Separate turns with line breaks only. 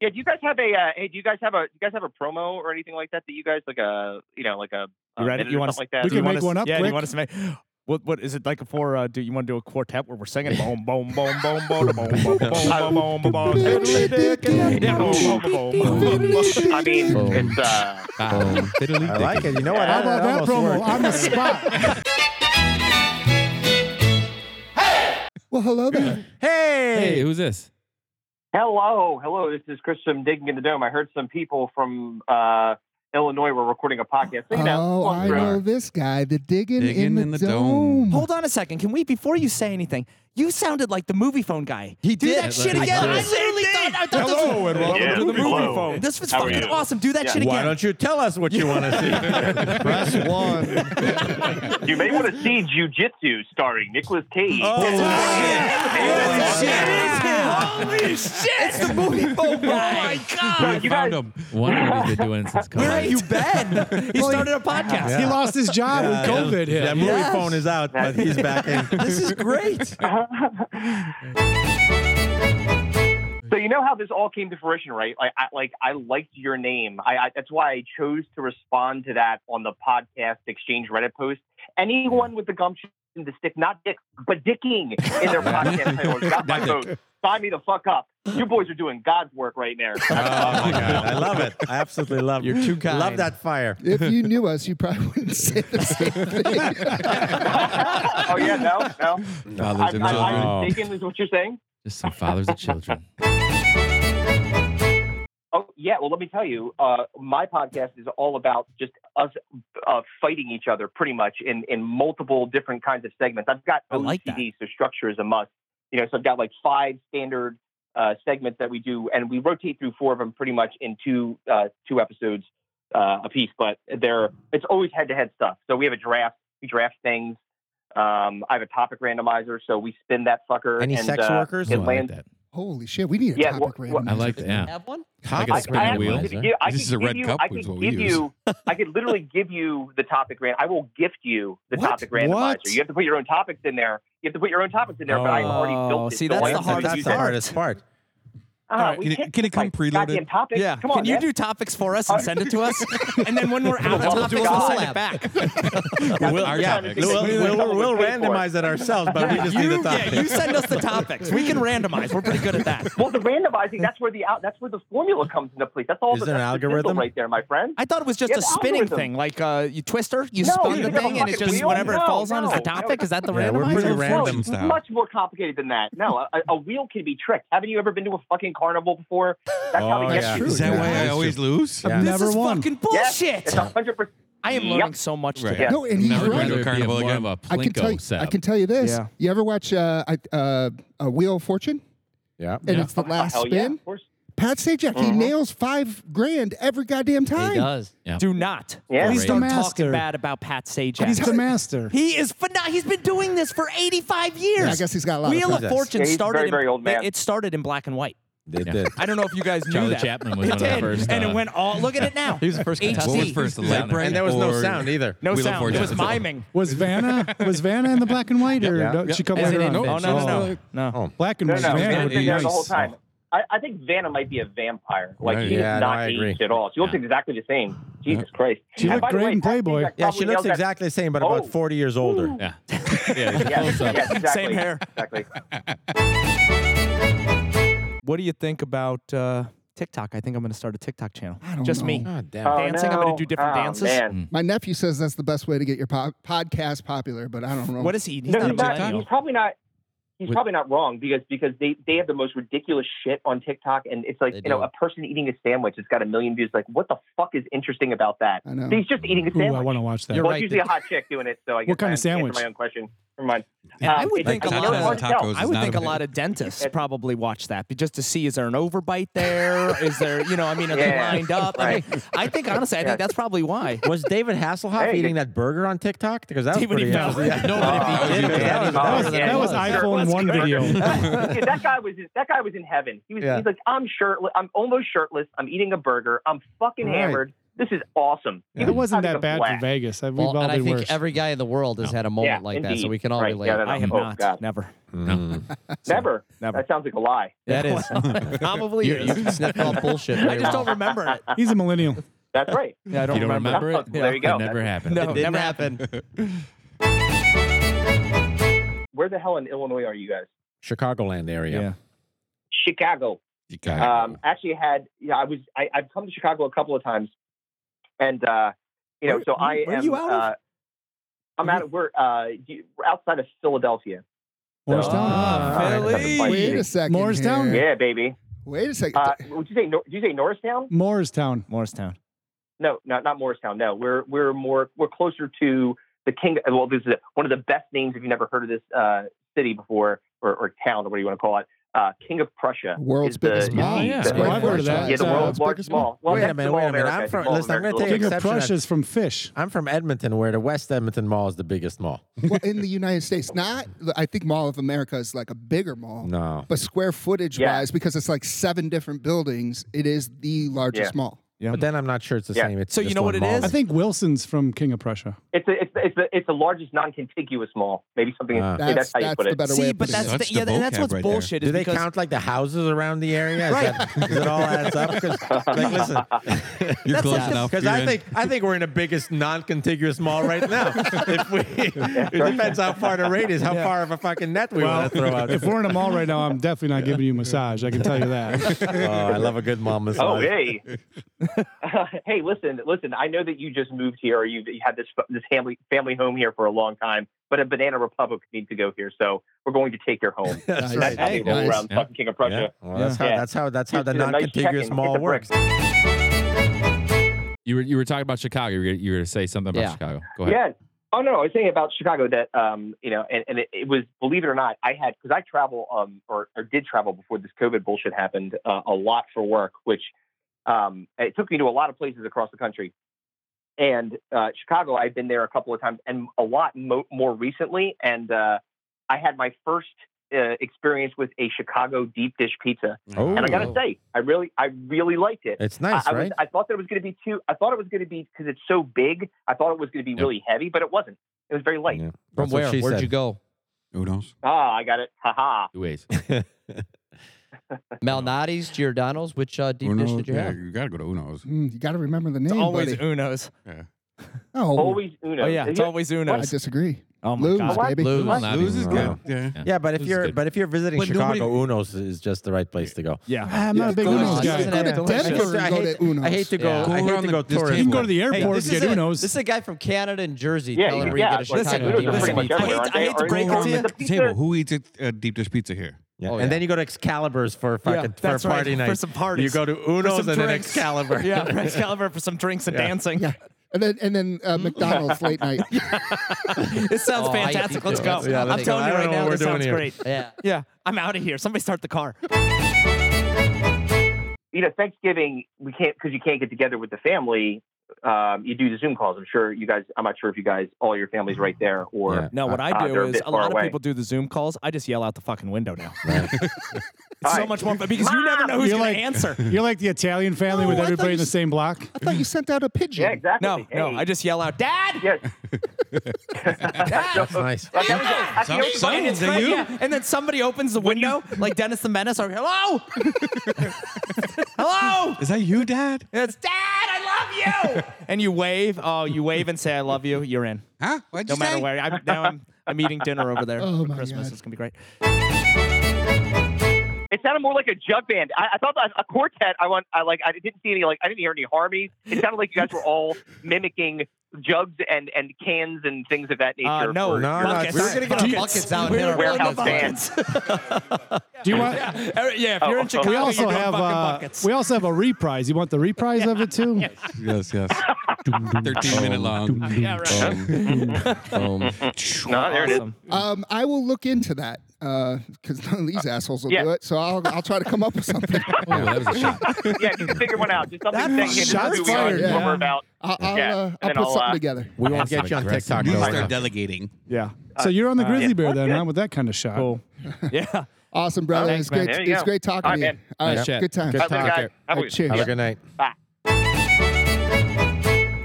Yeah, do you guys have a uh, hey? Do you guys have a do you guys have a promo or anything like that that you guys like a you know like a uh,
You ready?
minute
You
or
wanna
something like
s-
that?
do you
We can
wanna
make
s-
one up
Yeah,
quick.
you want us to make. What what is it like for? Uh, do you want to do a quartet where we're singing boom boom boom boom boom boom boom boom boom boom boom boom?
I mean,
Boom.
it's uh,
Boom. Diddly
I like
dicky.
it. You know what?
I
I
want that
almost
promo
worked.
on the spot. Well, hello there.
Hey,
Hey,
who's this?
hello, hello. This is Chris from Digging in the Dome. I heard some people from uh, Illinois were recording a podcast. They know,
Oh,
walk
I
through.
know this guy, the digging,
Digging
in, the
in the
dome.
dome.
Hold on a second. Can we, before you say anything, you sounded like the movie phone guy.
He
Do
did.
that shit
He
again.
did.
I literally thought, I thought
hello and welcome
Yeah.
to the movie
Hello.
phone.
this was, this was
How are
fucking
you?
awesome. Do that
Yeah.
shit
Why
again.
don't you tell us what you want to see? Press one.
You may want to see Jujitsu starring Nicolas Cage.
Oh,
Holy shit! It's the movie phone guy.
We
Look, you
found
guys-
him. One of these been doing since
Where have
college.
you been? He started a podcast.
He lost his job
Yeah,
when COVID hit.
That movie
Yes.
phone is out, but he's back in.
This is great.
So you know how this all came to fruition, right? Like, I, like I liked your name. I, I that's why I chose to respond to that on the podcast exchange Reddit post. Anyone with the gumption to stick not dick but dicking in their podcast title has got my vote. Sign me the fuck up. You boys are doing God's work right there.
Oh my god, I love it. I absolutely love.
You're
it.
too kind.
Love that fire.
If you knew us, you probably wouldn't say the same thing.
oh yeah, no, no.
Fathers
I'm,
and
I'm,
children.
I'm mistaken, is what you're saying.
Just some fathers and children.
Oh yeah, well let me tell you, uh, my podcast is all about just us uh, fighting each other, pretty much in in multiple different kinds of segments. I've got
I like that.
OCD, so structure is a must. You know, so I've got like five standard uh, segments that we do, and we rotate through four of them pretty much in two uh, two episodes uh, a piece. But they're it's always head to head stuff. So we have a draft, we draft things. Um, I have a topic randomizer, so we spin that fucker.
Any
and,
sex
uh,
workers?
Oh,
It
I like
lands.
that.
Holy shit, we need a
Yeah,
topic
what- what-
randomizer.
I like that. Yeah.
Have one?
Like
I-
a spinning
I actually
wheel.
could give- I
This
could
is a
give
red
you-
cup.
I
is
could
what we
give
use.
you- I could literally give you the topic ran. I will gift you the
What?
topic randomizer.
What?
You have to put your own topics in there. You have to put your own topics in there, but I already
Oh,
built it.
see,
so
that's
I
the
don't
hard-
have to
That's
use
the
that.
hardest part.
Ah,
All right,
we
can it-
can't
can it come
fight
preloaded?
Goddamn topics.
Yeah.
Come on,
Can you
man.
do topics for us and
Uh,
send it to us? And then when we're out of
We'll
topics,
do it
we'll
on
send
the
it back.
I'm
We'll- our
trying to
topics.
think
We'll,
of things
we'll,
someone
we'll
would pay for.
randomize it ourselves, but we just need
You,
the
yeah,
topic.
you send us the topics. We can randomize. We're pretty good at that.
Well, the randomizing, that's where the out, that's where the formula comes into place. That's all
Is
the,
there an
that's the sizzle
algorithm?
right there, my friend.
I thought it was just
Yeah,
a
the
spinning
algorithm.
thing, like uh, you twister, you
No,
spin
you
the
pick up a
thing, and it
fucking
just
wheel.
whatever it
No,
falls on is the
no, no.
topic. Is that the
Yeah, we're
randomizer?
pretty
No,
random
it's
style.
Much more complicated than that. No, a, a wheel can be tricked. Haven't you ever been to a fucking carnival before? That's how
Oh,
we get
yeah.
you.
True,
Is that
yeah.
why I always lose?
Yeah.
This
Never
is
won.
fucking
Yes,
bullshit.
It's hundred percent.
I am
Yep.
learning so much
Right.
today.
Yeah.
No, and he's
Never
right.
going to a carnival again.
I can tell you. I can tell you this.
Yeah.
You ever watch uh, I- uh, a Wheel of Fortune?
Yeah.
And it's the last
Hell yeah, Mm-hmm.
spin.
of course.
Pat Sajak, he nails five grand every goddamn time.
does.
Do not.
Yeah.
Please
He's
don't
the
talk
master.
bad about Pat Sajak.
He's the
master.
he is phenomenal. He's been doing this for 85 years.
Yeah, I guess he's got a lot
Wheel
of
of
projects.
Fortune
Yeah, he's a
started.
very,
in-
very old man.
It started in black and white.
They
Yeah.
did.
I don't know if you guys knew
Charlie
that.
Chapman was
It
one of the
did,
first,
and
uh,
it went all. Look at it now.
He was the first
HD.
contestant. What was first, the
Yeah.
leg break
And there was no
or-
sound either.
No
Wheel of
sound. It
Fortune?
was miming.
Was Vanna was Vanna in the black and white, or
Yeah.
did she come
Is
later
it
on?
in? Oh no no no no.
Oh.
Black and
No,
white.
no,
Vanna
Vanna's
would
been
be
there
nice.
the whole time. I, I think Vanna might be a vampire. Like
Right.
she's
Yeah, no,
not
I agree.
aged at all. She looks exactly the same. Jesus Christ.
She
And
looked
by the
great
way,
in
Pat
Playboy.
Sajak
Yeah, she
probably
looks
nailed that-
exactly the same, but
Oh.
about 40 years older.
Yeah. Yeah.
Yeah,
Close up.
yeah, exactly.
Same hair.
Exactly.
What do you think about uh, TikTok? I think I'm going to start a TikTok channel.
I don't
Just me.
know.
God damn
Oh,
Dancing, I'm gonna
no.
do different
Oh,
dances.
Man.
My nephew says that's the best way to get your po- podcast popular, but I don't know.
What is he? He's
No,
not a
he's, not,
millennial.
he's probably not. He's
With-
probably not wrong because because they, they have the most ridiculous shit on TikTok and it's like
They
you know
do.
a person eating a sandwich it's got a million views like what the fuck is interesting about that
I know.
he's just eating a
Ooh, I
sandwich
want to watch that.
You're
well
right.
it's usually a hot chick doing it so I guess
kind
I
of sandwich?
answered my own question never mind
Yeah,
Um,
I would
it's-
think a
it's
lot
really
of-
hard to tell.
tacos.
I
is
would
not
think
a
a lot of dentists probably watch that but just to see is there an overbite there? Is there, you know, I mean, are they
Yeah,
lined up?
right.
I, mean, I think, honestly, I
Yeah.
think that's probably why.
Was David Hasselhoff
Hey.
eating that burger on TikTok? Because that was
Even
pretty
he fell.
interesting. Yeah.
No,
Oh,
but if he
yeah,
did,
yeah,
that
that
was
was-
better than
that
it
was iPhone one video.
Dude, that guy was that guy was in heaven. He was
Yeah.
he's like I'm shirtless. I'm almost shirtless. I'm eating a burger. I'm fucking
Right.
hammered. This is awesome. You
It
guys
wasn't
had a
that bad for
blast.
Vegas. I- We've
Well,
all
and I
been
think
worse.
every guy in the world has had a moment
Yeah,
like that, so
indeed.
we can all
Right,
relate.
yeah, that-
I have
Oh,
not.
God.
Never.
Mm.
Never.
Never.
That sounds like a lie.
that is
Probably
you,
is.
you can sniff out bullshit.
I
very
just don't
well.
remember it.
He's a millennial.
That's right.
Yeah, I don't,
You don't
remember.
remember it?
Well, there you go.
It never happened.
No,
Didn't
never
happen.
Where the hell in Illinois are you guys?
Chicagoland area.
Yeah.
Chicago.
You got it.
Um, actually had yeah, I was I, I've come to Chicago a couple of times, and uh, you know,
Where-
so
where-
I
where are
am.
you out of? Mm-hmm.
uh, I'm out. of- We're uh, you- we're outside of Philadelphia.
Morristown.
Ah,
Philly.
that's a fight.
Wait a second.
Morristown?
Mm.
here.
Yeah, baby.
Wait a second.
Uh, would you say Nor- did you say
Mm.
Norristown?
Morristown.
Morristown.
No, no, not Morristown. No, we're we're more we're closer to the king. Well, this is one of the best names if you've never heard of this uh, city before or, or town or what do you want to call it. Uh, king of Prussia.
World's
is
biggest
the,
mall?
the-
Yeah.
the-
I've heard of that.
uh, yeah, the
Uh,
world's largest mall. Well,
Wait a
next to
minute,
Mall
wait a minute.
America,
I'm
it's
from-
Mall
listen, I'm
America.
gonna take
King of
Exception, I-
Prussia's from Fish.
I'm from Edmonton, where the West Edmonton Mall is the biggest mall.
well, in the United States, not I think Mall of America is like a bigger mall,
No.
but square footage
Yeah.
wise, because it's like seven different buildings, it is the largest mall.
But then I'm not sure it's the
Yeah.
same. It's
So you
just
know what
one
it
mall.
is?
I think Wilson's from King of Prussia.
It's a, it's a, it's a, it's the largest non-contiguous mall. Maybe something.
Ah.
maybe that's,
That's
how you
that's
put
the
it.
better way.
See,
of
but
putting it.
that's
That's
the, yeah,
the
and that's
vocab
what's
right there.
bullshit.
Do
is
they
because
count like the houses around the area? Is that, does it all adds up? Because like, listen,
You're
that's like
close
the-
enough.
because
You're
I
in.
think I think we're in the biggest non-contiguous mall right now. if we, it depends how far the rate is, how far of a fucking net we want to throw out.
if we're in a mall right now, I'm definitely not giving you a massage. I can tell you that.
oh, I love a good mall massage.
Oh hey, hey! Listen, listen! I know that you just moved here, or you you had this this family family home here for a long time. But a Banana Republic needs to go here, so we're going to take your home.
That's
That's
right.
how they roll
Nice.
around
Yeah.
fucking King of
Yeah.
Prussia.
Well, that's,
Yeah.
How, that's how that's how the
It's a nice
non-contiguous
check-in. It's
mall
a brick.
works.
you were you were talking about Chicago. You were, you were going to say something about
Yeah.
Chicago. Go ahead.
Yeah. Oh no, I was saying about Chicago that um, you know, and, and it, it was believe it or not, I had because I travel um or, or did travel before this COVID bullshit happened uh, a lot for work, which um it took me to a lot of places across the country. And uh, Chicago, I've been there a couple of times, and a lot mo- more recently. And uh, I had my first uh, experience with a Chicago deep dish pizza,
Oh,
and I gotta say, I really, I really liked it.
it's nice,
I, I, was,
right?
I thought that it was going to be too. I thought it was going to be because it's so big. I thought it was going to be
Yeah.
really heavy, but it wasn't. It was very light.
Yeah.
From
That's what
where?
she
Where'd
said.
you go?
Who knows?
Ah, I got it. Ha ha.
Two ways.
Malnati's, Giordano's. Which uh, deep dish
Uno's,
did you
yeah,
have?
you got to go to Uno's.
Mm, you got to remember the
it's
name,
always
buddy.
Uno's.
Oh,
Always Uno.
Oh yeah, it's
Is it-
always
I
Uno's.
disagree.
Oh my
Lose,
god.
What?
baby.
Lou.
Uno's,
Uno's is good.
Yeah.
Yeah, but if
This is
you're
good.
but if you're visiting
But
Chicago,
nobody-
Uno's is just the right place to go.
Yeah.
Ah, I'm not a big
Go
Uno's
to-
guy.
Listen,
Go to
Evan,
Denver
Just-
and
I
go
hate-
to Uno's.
I hate to go.
Go
I hate
around
to
the-
go
this
tourist.
You can go
route.
to the
Hey,
airport
this
and get
is a-
Uno's.
This is a guy from Canada and Jersey
Yeah,
telling
yeah.
her you get a
like,
Chicago
Unos are
deep
pretty
dish
much
pizza.
everywhere,
I hate-
aren't
I
they?
hate to
Aren't
break
they
it
all
to
over
you.
the
Table.
pizza?
Who eats at uh, deep dish pizza here?
Yeah.
Oh, yeah.
And then you go to Excalibur's for a fucking for a
that's
party
right,
night.
for some parties.
You go to
For
Uno's
some
and then
drinks.
Excalibur.
Yeah, for Excalibur for some drinks and dancing.
Yeah. And then and then uh, McDonald's late night.
This sounds
Oh, I hate
fantastic.
these
Let's go.
guys. Yeah,
I'm
let's
telling
go.
you
I
right
don't know
now,
what
this
we're doing
sounds
here.
great.
Yeah.
Yeah, I'm out of here. Somebody start the car.
You know, Thanksgiving we can't because you can't get together with the family. Um, you do the Zoom calls. I'm sure you guys. I'm not sure if you guys all your families right there or.
Yeah.
No, what
Uh,
I do
they're a
is
bit
a
far
lot of
away.
people do the Zoom calls. I just yell out the fucking window now. It's
Hi.
so much more fun because you never know who's
You're
going
like-
to answer.
You're like the Italian family
No,
with
I thought
everybody
you
in the
s-
same block.
I thought you sent out a pigeon.
Yeah, exactly.
No, no, I just yell out, Dad!
Yes.
That's nice.
Like, that was- I think that was
Some-
funny.
And, it's
Is that
great,
you?
yeah. and then somebody opens the window, like Dennis the Menace, or hello, hello,
Is that you, Dad?
And it's Dad, I love you, and you wave. Oh, you wave and say I love you. You're in,
Huh? What'd
no
you
matter
say?
where. I'm, now I'm I'm eating dinner over there
Oh
for
my
Christmas.
God.
It's gonna be great.
It sounded more like a jug band. I, I thought that a quartet. I want. I like. I didn't see any. Like I didn't hear any harmonies. It sounded like you guys were all mimicking jugs and and cans and things of that nature.
Uh, no,
for-
no,
buckets.
we were gonna
get our buckets out
We
and hit
were
our
rolling the
buckets.
buckets.
Do you want?
yeah, er, yeah. If you're in
Oh,
Chicago,
We
We're
also
you're doing
have
fucking
uh,
buckets.
we also have a reprise. You want the reprise of it too?
Yes, yes. 13 minute long.
yeah, right.
no, there it is.
Awesome.
Um, I will look into that because none of these assholes will
Uh, Yeah.
do it. So I'll I'll try to come up with something.
Oh, that was a shot.
Yeah, if you can figure one out. Just something
That
that can
shots
who we are,
fired,
and what
yeah.
we're about.
I'll I'll,
Yeah,
uh,
and
I'll
then
put
I'll,
something
uh,
together.
We won't get you on TikTok
At
though.
least
right
they're
now.
delegating.
Yeah. So you're on
Uh,
the Grizzly
yeah.
Bear then, huh? With that kind of shot.
Cool. Yeah.
Awesome, brother.
Thanks,
it's
man.
great.
There you
It's
go.
great talking
All right,
to you.
man.
All right,
Nice chat.
good time.
Good
All right, guys.
talk.
Have a
All right,
good-
cheers.
Have a good night.
Bye.